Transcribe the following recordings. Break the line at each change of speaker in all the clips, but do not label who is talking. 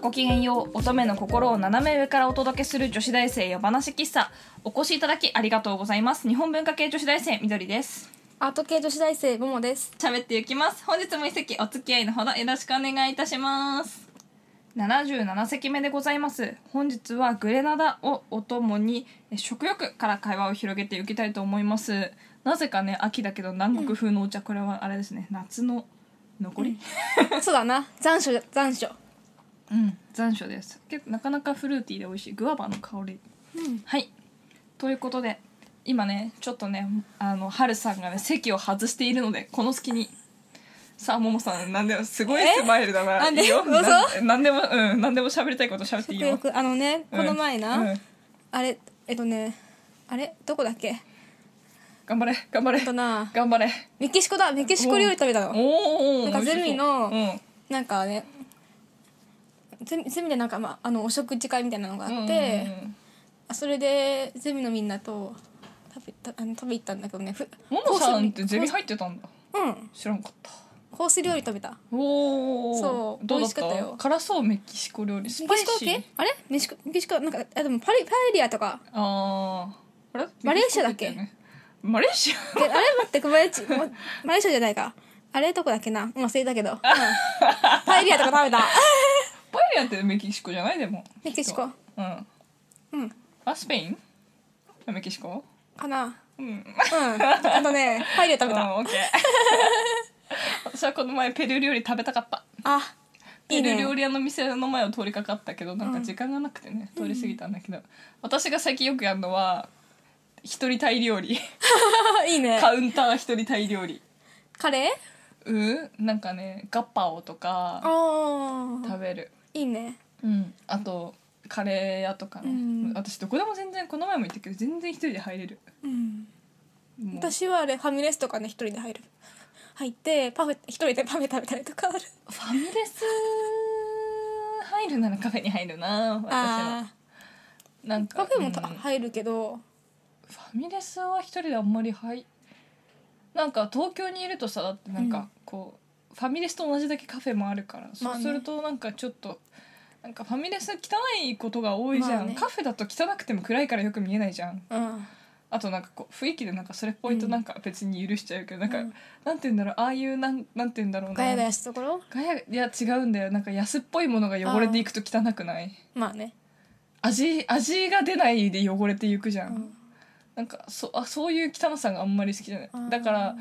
ごきげんよう乙女の心を斜め上からお届けする女子大生夜話喫茶お越しいただきありがとうございます日本文化系女子大生みどりです
アート系女子大生ももです。
喋っていきます本日も一席お付き合いのほどよろしくお願いいたします77席目でございます本日はグレナダをお供にえ食欲から会話を広げていきたいと思いますなぜかね秋だけど南国風のお茶、これはあれですね夏の残り、
そうだな。残暑、残暑。
うん、残暑ですけなかなかフルーティーで美味しいグアバの香り、
ん
はいということで今ねちょっとねあの春さんがね席を外しているのでこの隙にさあももさんなんですごいスマイルだな
なんで
いいよ
嘘
なんなんでもうんなんでも喋りたいこと喋っていいよ
よくあのね、この前な、
うんうん
あれ、えっとね、あれどこだっけえ
頑張れ頑張れ
っとな、
頑張れ
メキシコだ。メキシコ料理食べたの。
おお
なんかゼミの
うん
なんかね、ゼミゼミでなんか、まあ、あのお食事会みたいなのがあっ
うんう
て、
んうん
あそれでゼミのみんなと食べたあの食べ行ったんだけどねふ
ももさんって
コース
ゼミ入ってたんだ
うん
知らんかった
コース料理食べた
おお
そう
どうだ
美味
っ
しかったよ
た辛そうメキシコ料理ス
メ
パ
キ
イ
シコ
シー
系あれメキシコメキシコなんかあでもパリパエリアとか
あーあれ
マレーシアだっ
メ
け
キシコたよねマレー シ
であれ待って小林まマレーシアじゃないかあれどこだっけなうん忘れたけど、うん、パエリアとか食べた
アパエリアってメキシコじゃないでも
メキシコ
うん
うん
あスペインメキシコ
かな
うんうん
うんあとねパエリア食べた
オッ ケー私はこの前ペルー料理食べたかった
あい
ペ
い
ルー
ね
料理屋の店の前を通りかかったけどなんか時間がなくてね、通り過ぎたんだけど、私が最近よくやるのは一人タイ料理
いいね
カウンター一人タイ料理
カレー
うんなんかねガッパオとか
ああ
食べる
いいね
うん、あとカレー屋とかね、
うん
私どこでも全然この前も言ったけど全然一人で入れる
うん
もう
私はあれファミレスとかね一人で入る入ってパフェ一人でパフェ食べたりとかある
ファミレス入るならカフェに入るな私は
あ
なん
ー
か
カフェもた
うんフ
入るけど
ァミレスは一人であんまり入なんか東京にいるとさだってなんかこう、ファミレスと同じだけカフェもあるから、
まあね
そうするとなんかちょっとなんかファミレス汚いことが多いじゃん、
まあね
カフェだと汚くても暗いからよく見えないじゃん
うん
あとなんかこう雰囲気でなんかそれっぽいとなんか別に許しちゃうけど、なんか、
うん
なんて言うんだろうああいうなんなんて言うんだろうな
ガヤガヤしたところ
ガヤいや違うんだよなんか安っぽいものが汚れていくと汚くない
まあね
味味が出ないで汚れていくじゃん、
うん
なんかそあそういう汚さがあんまり好きじゃない
あー
だから、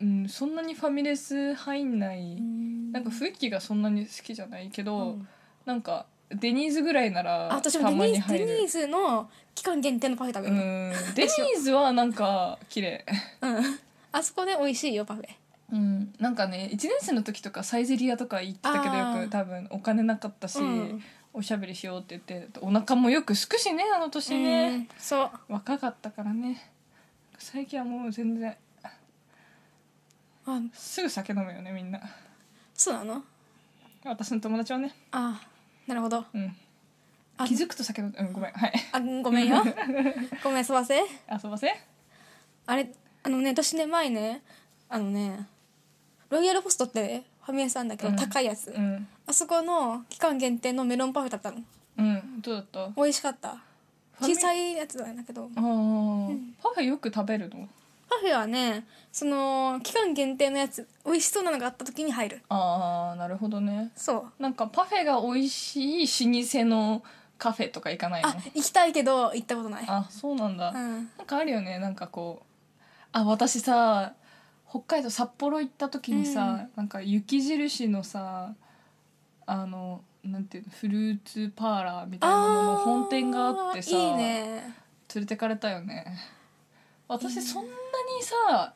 うん、そんなにファミレス入んない、
うん
なんか雰囲気がそんなに好きじゃないけど、
うん
なんかデニーズぐらいなら
あ私も
た
デ
ま
ニ
に
ーズ
入
デ
る
ニーズの期間限定のパフェ食べ
う
るの
んデニーズはなんか綺麗
うん、あそこで美味しいよパフェ
うん、なんかね1年生の時とかサイゼリアとか行ってたけど
あー
よく多分お金なかったし、
うん
おしゃべりしようって言ってお腹もよくすくしねあの年
う
ね、
んそう
若かったからね最近はもう全然
あ
すぐ酒飲むよねみんな
そうなの
私の友達はね、
あなるほど
うん、
あ
気づくと酒飲むうんごめんはい
あごめんよごめんすばせ
あすいません
あれあのね私ね前ねあのねロイヤルホストってねファミレスなんだけど、
うん
高いやつ、
うん、
あそこの期間限定のメロンパフェ食べたの
うん、どうだったあ
美味しかった
ファミ
小さいやつなんだけど
あー、パフェよく食べるの
パフェはねその期間限定のやつ美味しそうなのがあった時に入る
ああなるほどね
そう
なんかパフェが美味しい老舗のカフェとか行かないの
あ行きたいけど行ったことない
あそうなんだ、
うん
なんかあるよねなんかこうあ私さ北海道札幌行った時にさ、なんか雪印のさあのなんていうのフルーツパーラーみたいなのの
ー
本店があってさ
いいね
連れてかれたよね私そんなにさ、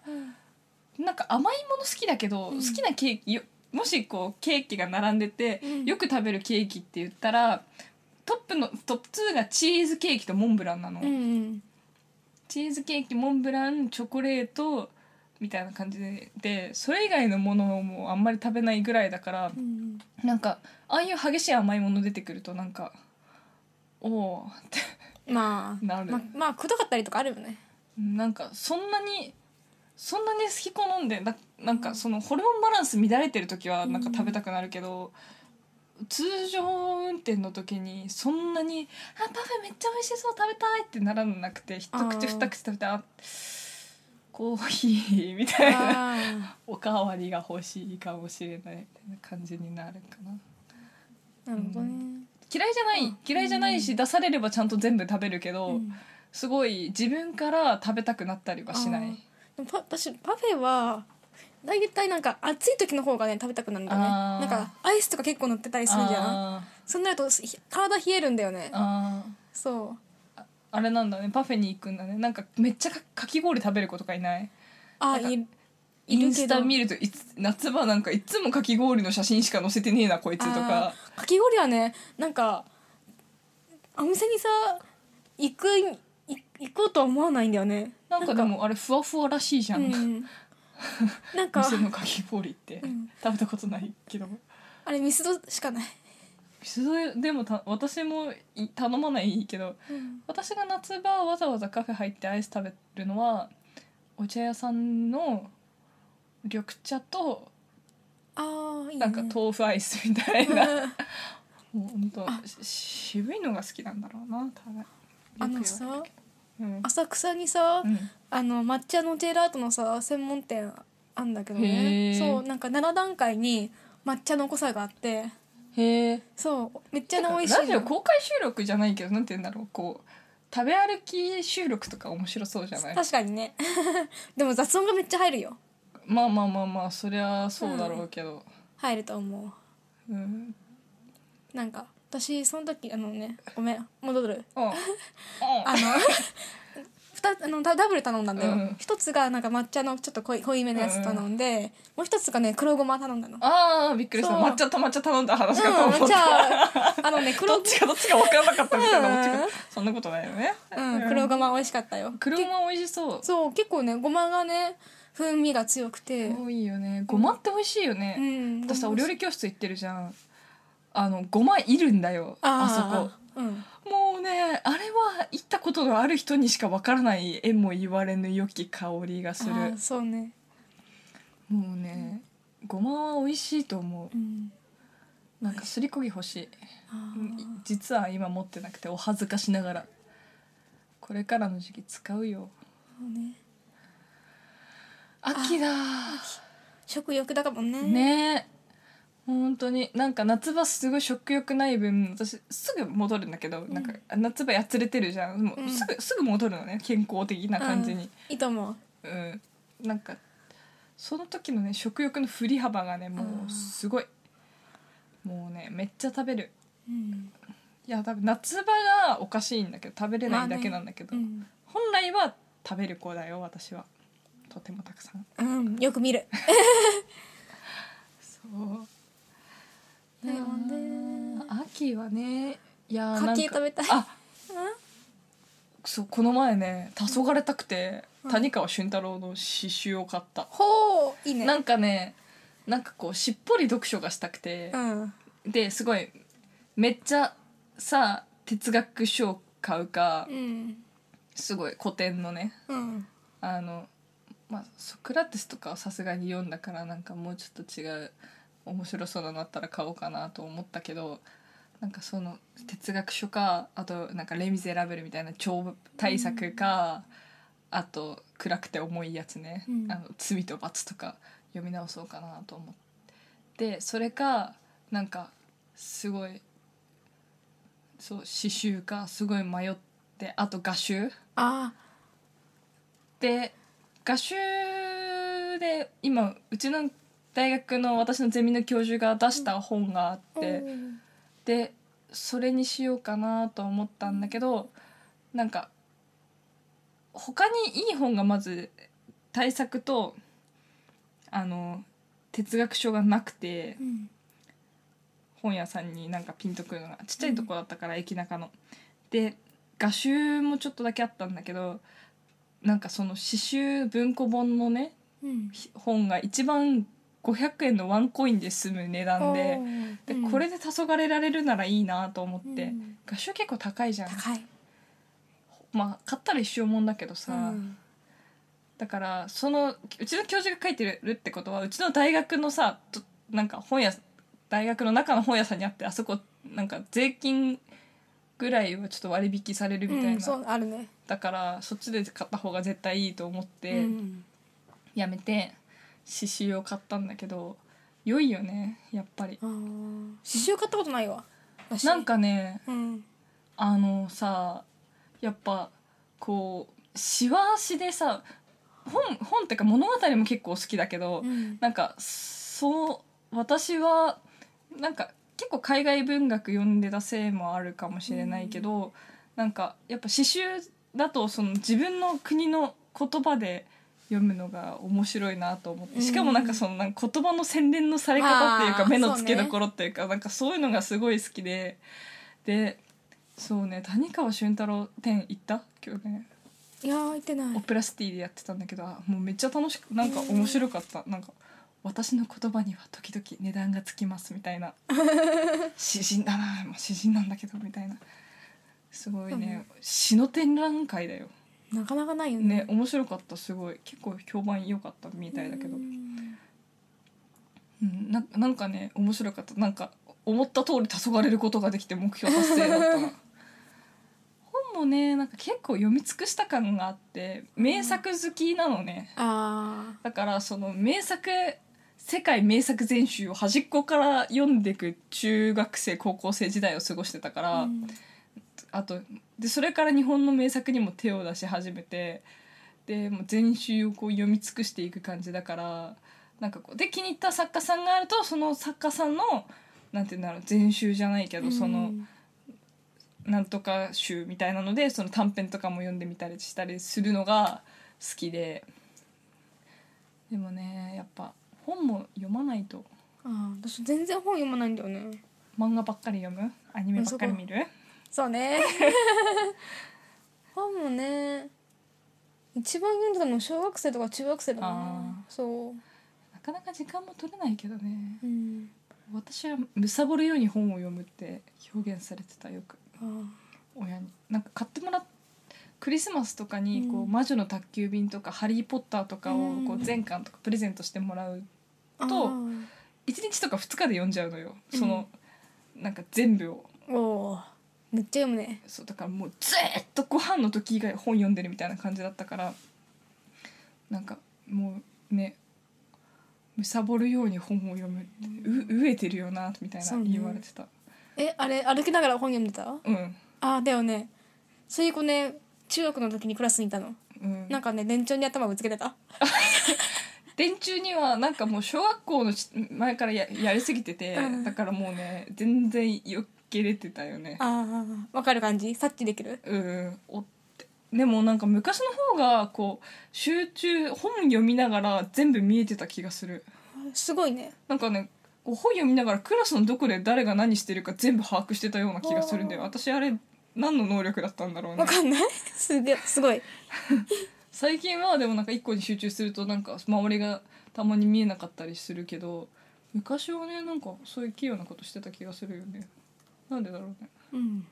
なんか甘いもの好きだけど、好きなケーキよもしこうケーキが並んでて、
うん
よく食べるケーキって言ったらトップのトップ2がチーズケーキとモンブランなの、
うんうん
チーズケーキモンブランチョコレートみたいな感じででそれ以外のものをもうあんまり食べないぐらいだから
うん
なんかああいう激しい甘いもの出てくるとなんかおおって
まあ
なる
ままあくどかったりとかあるよ ね
なんかそんなにそんなに好き好んでななんかそのホルモンバランス乱れてる時はなんか食べたくなるけど、通常運転の時にそんなに「あパフェめっちゃ美味しそう食べたい」ってならなくて一
あ
口
ー
二口食べて「あコーヒー」みたいな
あ
おかわりが欲しいかもしれないみたいな感じになるかな
ーなるほどね、
嫌いじゃない嫌いじゃないし出されればちゃんと全部食べるけど、
うんです
ごい自分から食べたくなったりはしない
あーもパ私パフェは大体なんか暑い時の方がね食べたくなるんだよね
あー
なんかアイスとか結構乗ってたりするじゃん
あ
そうなるとひ体冷えるんだよね
ーあー
そう
あれなんだねパフェに行くんだねなんかめっちゃかかき氷食べる子とかいない
あ
なんか
いる
イ
いる
ン
け
ス
ど
タ見るといつ夏場なんかいつもかき氷の写真しか載せてねえなこいつとか
あーかき氷はねなんかお店にさ行くい行こうとは思わないんだよね
なんかでもあれふわふわらしいじゃ、
うんんなん か
店のかき氷って、
ん
食べたことないけど
あれミスドしかない、
それでもた私もい頼まないけど私が夏場わざわざカフェ入ってアイス食べるのはお茶屋さんの緑茶と
ああいいね
なんか豆腐アイスみたいな、
うん
もうほんとし渋いのが好きなんだろうな多分
あの
よ
さ
くうん
浅草にさ、
うん
あの抹茶のジェラートのさ専門店あんだけど
へ
ね
ー
そうなんか7段階に抹茶の濃さがあって
へえ
そうめっちゃ美味しい
ラジ
の
オ公開収録じゃないけどなんて言うんだろうこう食べ歩き収録とか面白そうじゃない
確かにね でも雑音がめっちゃ入るよ
まあまあまあまあそりゃそうだろうけど、
入ると思う
うん
なんか私その時あのねごめん戻る
ああ
あの 二つあのダダブル頼んだんだ
う
よ
ん
一、つがなんか抹茶のちょっと濃い濃いめのやつ頼んで、もう一つがね黒ごま頼んだの
あーびっくりした
そう
抹茶と抹茶頼んだ話かと
う
思
ん
っ
じゃ
た、
ああのね黒
どっちかどっちか分からなかったみたいな、
うん
どっちかそんなことないよね、
うん黒ごま美味しかったよ
黒ごま美味しそう
そう結構ねごまがね風味が強くて
多いよねごまって美味しいよね、
うん
私さお料理教室行ってるじゃんあのごまいるんだよあそこ
そこうん
もうねあれは行ったことがある人にしかわからない縁も言われぬ良き香りがする
あーそうね
もうねごまは美味しいと思
うん
うなんかすりこぎ欲しい
あ
うん
ー
実は今持ってなくてお恥ずかしながらこれからの時期使うよ
そうね
秋だ
食欲だかもね
ねえ本当になんか夏場すごい食欲ない分私すぐ戻るんだけど、なんか夏場やつれてるじゃんもう
うん
すぐすぐ戻るのね健康的な感じに、
いいと思う
うん、なんかその時のね食欲の振り幅がね
あ
も
ー
うすごいもうねめっちゃ食べる
うん
いや多分夏場がおかしいんだけど食べれないだけなんだけど、
うん
本来は食べる子だよ私はとてもたくさん
うんよく見る
そう
だよね
秋はねいやー
牡蠣
なんか
食べたい
あそうこの前ね黄昏たくて、谷川俊太郎の刺繍を買った、
ほういいね
なんかねなんかこうしっぽり読書がしたくて、
うん
ですごいめっちゃさ哲学書を買うか
うん
すごい古典のね
うん
あの、まあ、ソクラテスとかはさすがに読んだからなんかもうちょっと違う面白そうなのあったら買おうかなと思ったけどなんかその哲学書かあとなんか「レ・ミゼラブル」みたいな超大作か、あと暗くて重いやつね「
うん
あの罪と罰」とか読み直そうかなと思ってそれかなんかすごいそう刺繍かすごい迷ってあと画集
あ
で画集で今うちの大学の私のゼミの教授が出した本があ
ー
って、
うん
でそれにしようかなと思ったんだけどなんか他にいい本がまず対策とあの哲学書がなくて
うん
本屋さんになんかピンとくるのがちっちゃいとこだったから、駅中の。で画集もちょっとだけあったんだけどなんかその刺繍文庫本のね
うん
本が一番500円のワンコインで済む値段で
おー
で、
うん
これで黄昏られるならいいなと思って、
うん
画集結構高いじゃん
高い
まあ買ったら一生もんだけどさ、
うん
だからそのうちの教授が書いてるってことはうちの大学のさとなんか本屋大学の中の本屋さんにあってあそこなんか税金ぐらいはちょっと割引されるみたいな、
うん、そうあるね、
だからそっちで買った方が絶対いいと思っ
う
て
ん
やめて刺繍を買ったんだけど良いよねやっぱり
あー刺繍買ったことないわ私
なんかね
うん
あのさやっぱこうしわしでさ本本ってか物語も結構好きだけど、
うん
なんかそう私はなんか結構海外文学読んでたせいもあるかもしれないけど、なんかやっぱ詩集だとその自分の国の言葉で読むのが面白いなと思ってしかもなんかそのなんか言葉の洗練のされ方っていう
あ
か
ー
目の付けどころっていうかなんかそういうのがすごい好きででそうね谷川俊太郎展行った今日ね
いやー行ってない
オペラシティでやってたんだけどあもうめっちゃ楽しくなんか面白かった、なんか私の言葉には時々値段がつきますみたいな詩人だなもう詩人なんだけどみたいなすごいね、詩の展覧会だよ
なかなかないよね
ね面白かったすごい結構評判良かったみたいだけど、
う
うんん、ななんかね面白かったなんか思った通り黄昏ることができて目標達成だったな本もねなんか結構読み尽くした感があって名作好きなのね、
あ
だからその名作世界名作全集を端っこから読んでいく中学生高校生時代を過ごしてたか
あ、
ら、
うん
あとでそれから日本の名作にも手を出し始めてでもう全集をこう読み尽くしていく感じだからなんかこうで気に入った作家さんがあるとその作家さんのなんて言うんだろう全集じゃないけど、その
うん
なんとか集みたいなのでその短編とかも読んでみたりしたりするのが好きででもねやっぱ本も読まないと
あー私全然本読まないんだよね
漫画ばっかり読むアニメばっかり見る
そうね本もね一番読んでたの小学生とか中学生だなそ
なかなか時間も取れないけどね
ううん
私はむさぼるように本を読むって表現されてたよく
あー
親になんか買ってもらっクリスマスとかにこう、
うん
魔女の宅急便」とか「ハリー・ポッター」とかをこ
う
うん全巻とかプレゼントしてもらう
あ
と
ー
1日とか2日で読んじゃうのよその、なんか全部を
おーめっちゃ読むね
そうだからもうずーっとご飯の時以外本読んでるみたいな感じだったからなんかもうねむさぼるように本を読むってう飢えてるよなみたいな
そうね
言われてた
えあれ歩きながら本読んでた
う,、
あーだよねそういう子ね中学の時にクラスにいたの
んうん
なんかね電柱に頭ぶつけてた
電柱にはなんかもう小学校のし前からややりすぎてて、
うん
だからもうね全然よっけれてたよね
ああわかる感じ察知できる
うんおってでもなんか昔の方がこう集中本読みながら全部見えてた気がする
すごいね
なんかねこう本読みながらクラスのどこで誰が何してるか全部把握してたような気がするんで
おー
私あれ何の能力だったんだろうね
わかんない すげすごい
最近はでもなんか一個に集中するとなんか周りがたまに見えなかったりするけど昔はねなんかそういう器用なことしてた気がするよねなんでだろうね、
うん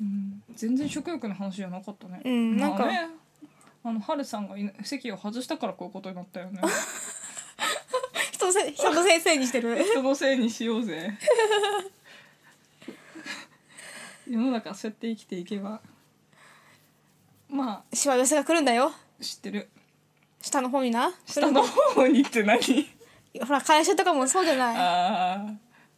うん、全然食欲の話じゃなかったね
うんなんか
まあねあの春さんがいな席を外したからこういうことになったよ ね
人のせ人の先生にしてる
人のせいにしようぜ世の中そうやって生きていけばま
しわ寄せが来るんだよ
あ知ってる
下の方にな
下の方にって何
ほら会社とかもそうじゃない
ああ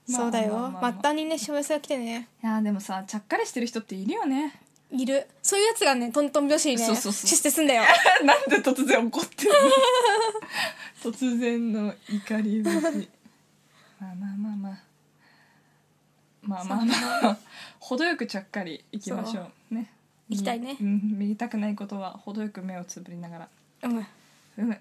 そうだよ末
い
端にねしわ寄せが来てね
やーでもさちゃっかりしてる人っているよね
いるそういうやつがねトントン拍子にね
そうそうそう
シュッてすんだよ
なんで突然怒ってる の突然の怒り節まあまあまあまあ まあまあまあ程よくちゃっかりいきましょうね
行きたいね
うん、見たくないことは程よく目をつぶりながら
うん
うむ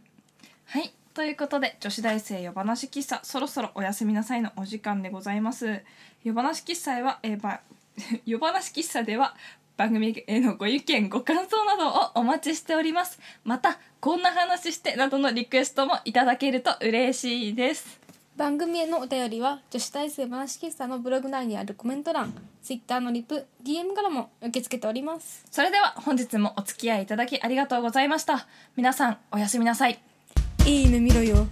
はいということで女子大生夜話喫茶そろそろおやすみなさいのお時間でございます夜話喫茶へはえーば 夜話喫茶では番組へのご意見ご感想などをお待ちしておりますまたこんな話してなどのリクエストもいただけると嬉しいです
番組へのお便りは女子大生話喫茶のブログ内にあるコメント欄 Twitter のリプ DM からも受け付けております
それでは本日もお付き合いいただきありがとうございました皆さんおやすみなさい
いい夢見ろよ